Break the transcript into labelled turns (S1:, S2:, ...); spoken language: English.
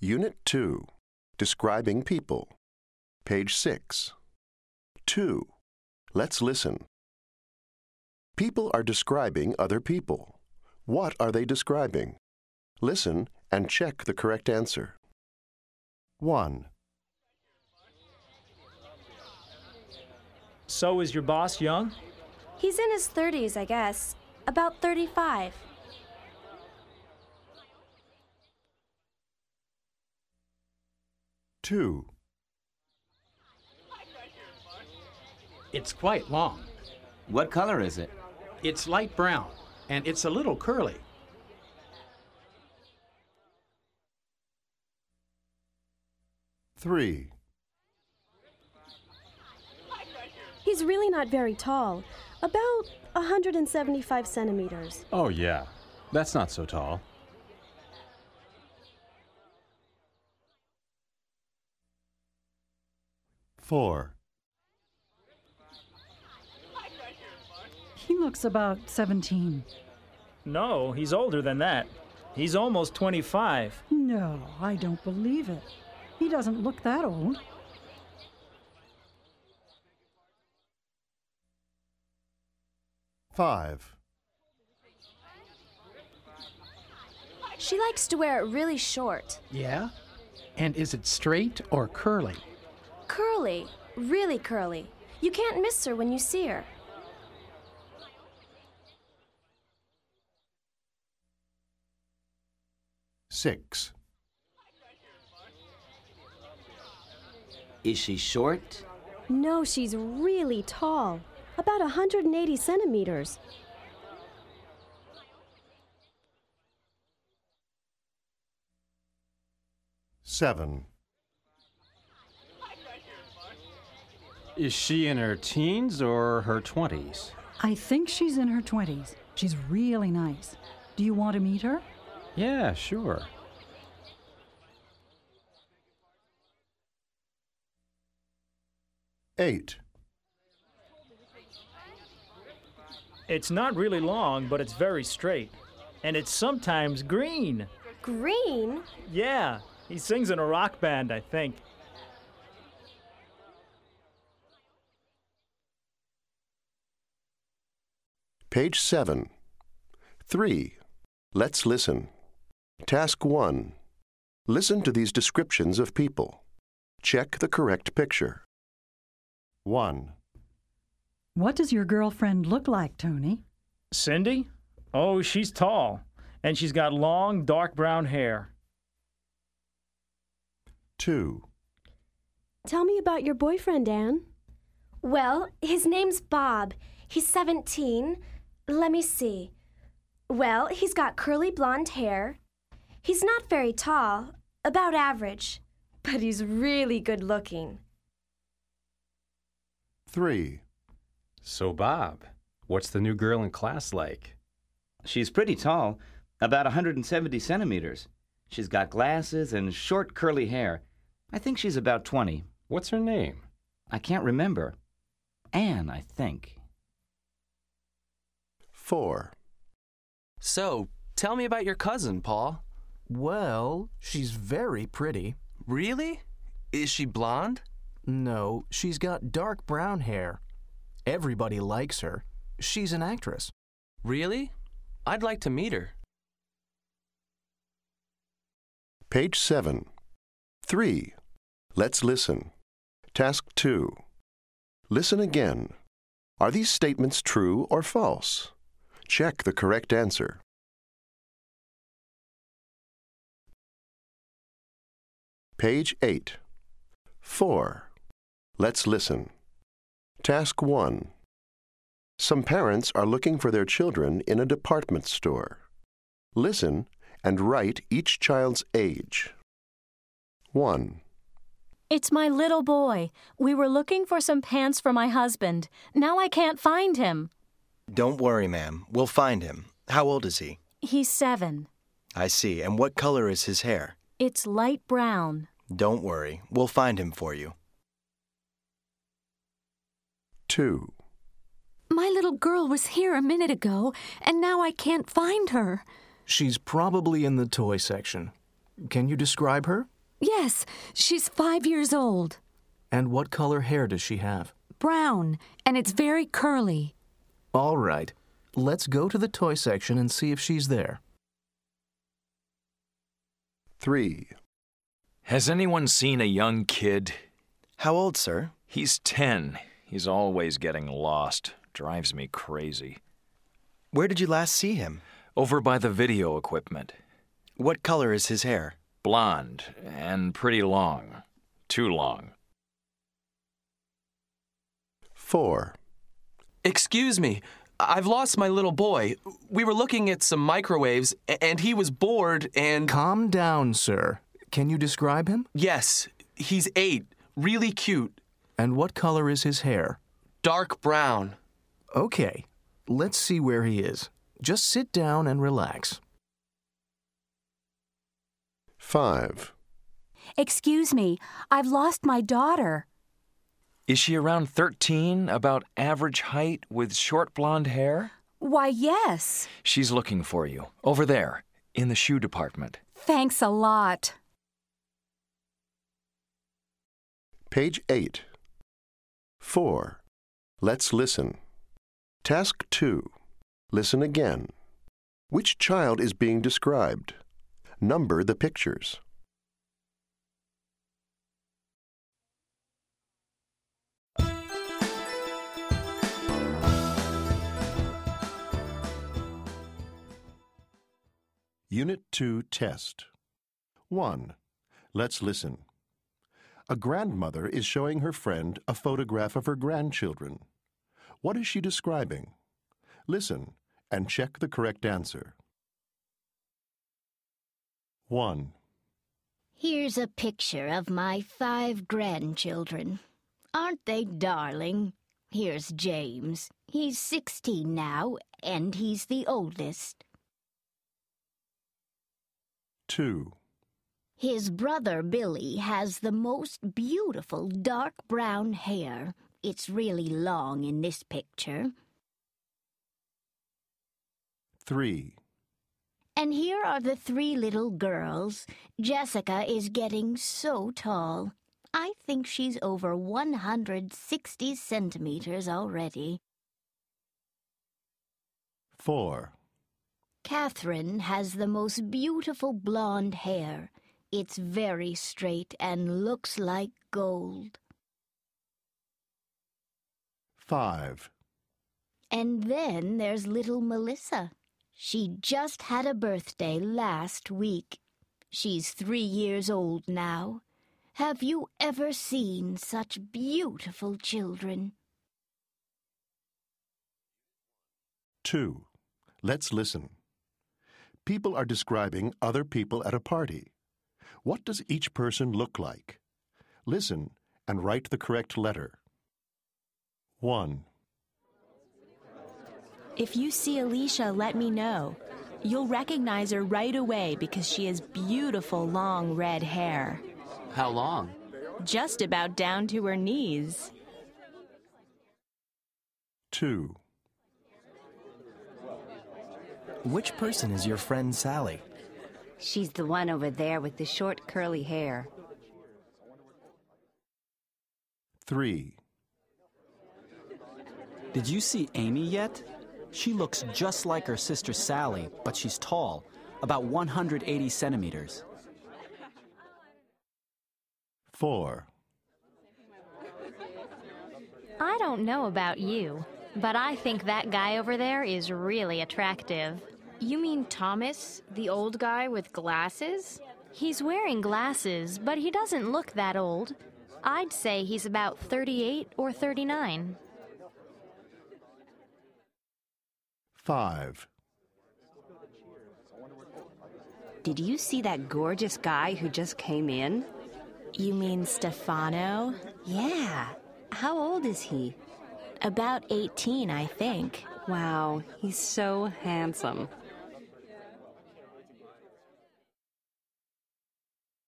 S1: Unit 2 Describing People, page 6. 2. Let's listen. People are describing other people. What are they describing? Listen and check the correct answer. 1,
S2: So is your boss young?
S3: He's in his 30s, I guess. About 35.
S1: two,
S4: It's quite long.
S5: What color is it?
S4: It's light brown, and it's a little curly.
S1: three,
S3: He's really not very tall, about 175 centimeters.
S6: Oh, yeah. That's not so tall.
S1: four,
S7: He looks about 17.
S2: No, he's older than that. He's almost 25.
S7: No, I don't believe it. He doesn't look that old.
S1: five,
S3: She likes to wear it really short,
S4: Yeah? And is it straight or curly?
S3: curly, really curly. You can't miss her when you see her.
S1: six,
S5: Is she short?
S3: No, she's really tall, about 180 centimeters.
S1: seven,
S6: Is she in her teens or her 20s?
S7: I think she's in her 20s. She's really nice. Do you want to meet her?
S6: Yeah, sure.
S1: eight,
S2: It's not really long, but it's very straight. And it's sometimes green.
S3: Green?
S2: Yeah, he sings in a rock band, I think.
S1: Page 7. 3. Let's listen. Task 1. Listen to these descriptions of people. Check the correct picture. 1,
S7: What does your girlfriend look like, Tony?
S2: Cindy? Oh, she's tall. And she's got long, dark brown hair.
S1: 2,
S3: Tell me about your boyfriend, Anne. Well, his name's Bob. He's 17. Let me see. Well, he's got curly blonde hair. He's not very tall, about average, but he's really good looking.
S1: 3,
S6: So, Bob, what's the new girl in class like?
S5: She's pretty tall, about 170 centimeters. She's got glasses and short curly hair. I think she's about 20.
S6: What's her name?
S5: I can't remember. Anne, I think.
S1: 4,
S8: So, tell me about your cousin, Paul.
S9: Well, she's very pretty.
S8: Really? Is she blonde?
S9: No, she's got dark brown hair. Everybody likes her. She's an actress.
S8: Really? I'd like to meet her.
S1: Page 7. 3. Let's listen. Task 2. Listen again. Are these statements true or false? Check the correct answer. Page 8. 4. Let's listen. Task 1. Some parents are looking for their children in a department store. Listen and write each child's age. 1,
S10: It's my little boy. We were looking for some pants for my husband. Now I can't find him.
S11: Don't worry, ma'am. We'll find him. How old is he?
S10: He's seven.
S11: I see. And what color is his hair?
S10: It's light brown.
S11: Don't worry. We'll find him for you.
S1: 2,
S10: My little girl was here a minute ago, and now I can't find her.
S9: She's probably in the toy section. Can you describe her?
S12: Yes, she's five years old.
S9: And what color hair does she have?
S12: Brown, and it's very curly.
S9: All right. Let's go to the toy section and see if she's there.
S1: 3.
S13: Has anyone seen a young kid?
S11: How old, sir?
S13: He's 10. He's always getting lost. Drives me crazy.
S11: Where did you last see him?
S13: Over by the video equipment.
S11: What color is his hair?
S13: Blonde and pretty long. Too long.
S1: 4.
S8: Excuse me, I've lost my little boy. We were looking at some microwaves, a- and he was bored and.
S9: Calm down, sir. Can you describe him?
S8: Yes, he's eight, really cute,
S9: And what color is his hair?
S8: dark brown.
S9: Okay. Let's see where he is. Just sit down and relax.
S1: 5.
S12: Excuse me, I've lost my daughter.
S13: Is she around 13, about average height, with short blonde hair?
S12: Why, yes.
S13: She's looking for you. Over there, in the shoe department.
S12: Thanks a lot.
S1: Page 8. 4. Let's listen. Task 2. Listen again. Which child is being described? Number the pictures. Unit 2 Test 1. Let's listen. A grandmother is showing her friend a photograph of her grandchildren. What is she describing? Listen and check the correct answer. 1,
S14: Here's a picture of my five grandchildren. Aren't they darling? Here's James. He's 16 now, and he's the oldest.
S1: 2,
S14: His brother Billy has the most beautiful dark brown hair. It's really long in this picture.
S1: 3,
S14: And here are the three little girls. Jessica is getting so tall. I think she's over 160 centimeters already.
S1: 4,
S14: Catherine has the most beautiful blonde hair. It's very straight and looks like gold.
S1: 5,
S14: And then there's little Melissa. She just had a birthday last week. She's three years old now. Have you ever seen such beautiful children?
S1: 2. Let's listen. People are describing other people at a party. What does each person look like? Listen and write the correct letter. 1,
S15: If you see Alicia, let me know. You'll recognize her right away because she has beautiful long red hair,
S5: How long?
S15: just about down to her knees.
S1: 2,
S9: Which person is your friend Sally?
S16: She's the one over there with the short curly hair.
S1: 3,
S17: Did you see Amy yet? She looks just like her sister Sally, but she's tall, about 180 centimeters.
S1: 4,
S18: I don't know about you, but I think that guy over there is really attractive.
S19: You mean Thomas, the old guy with glasses?
S18: He's wearing glasses, but he doesn't look that old. I'd say he's about 38 or 39.
S1: 5,
S16: Did you see that gorgeous guy who just came in?
S15: You mean Stefano?
S16: Yeah. How old is he?
S15: About 18, I think.
S16: Wow, he's so handsome.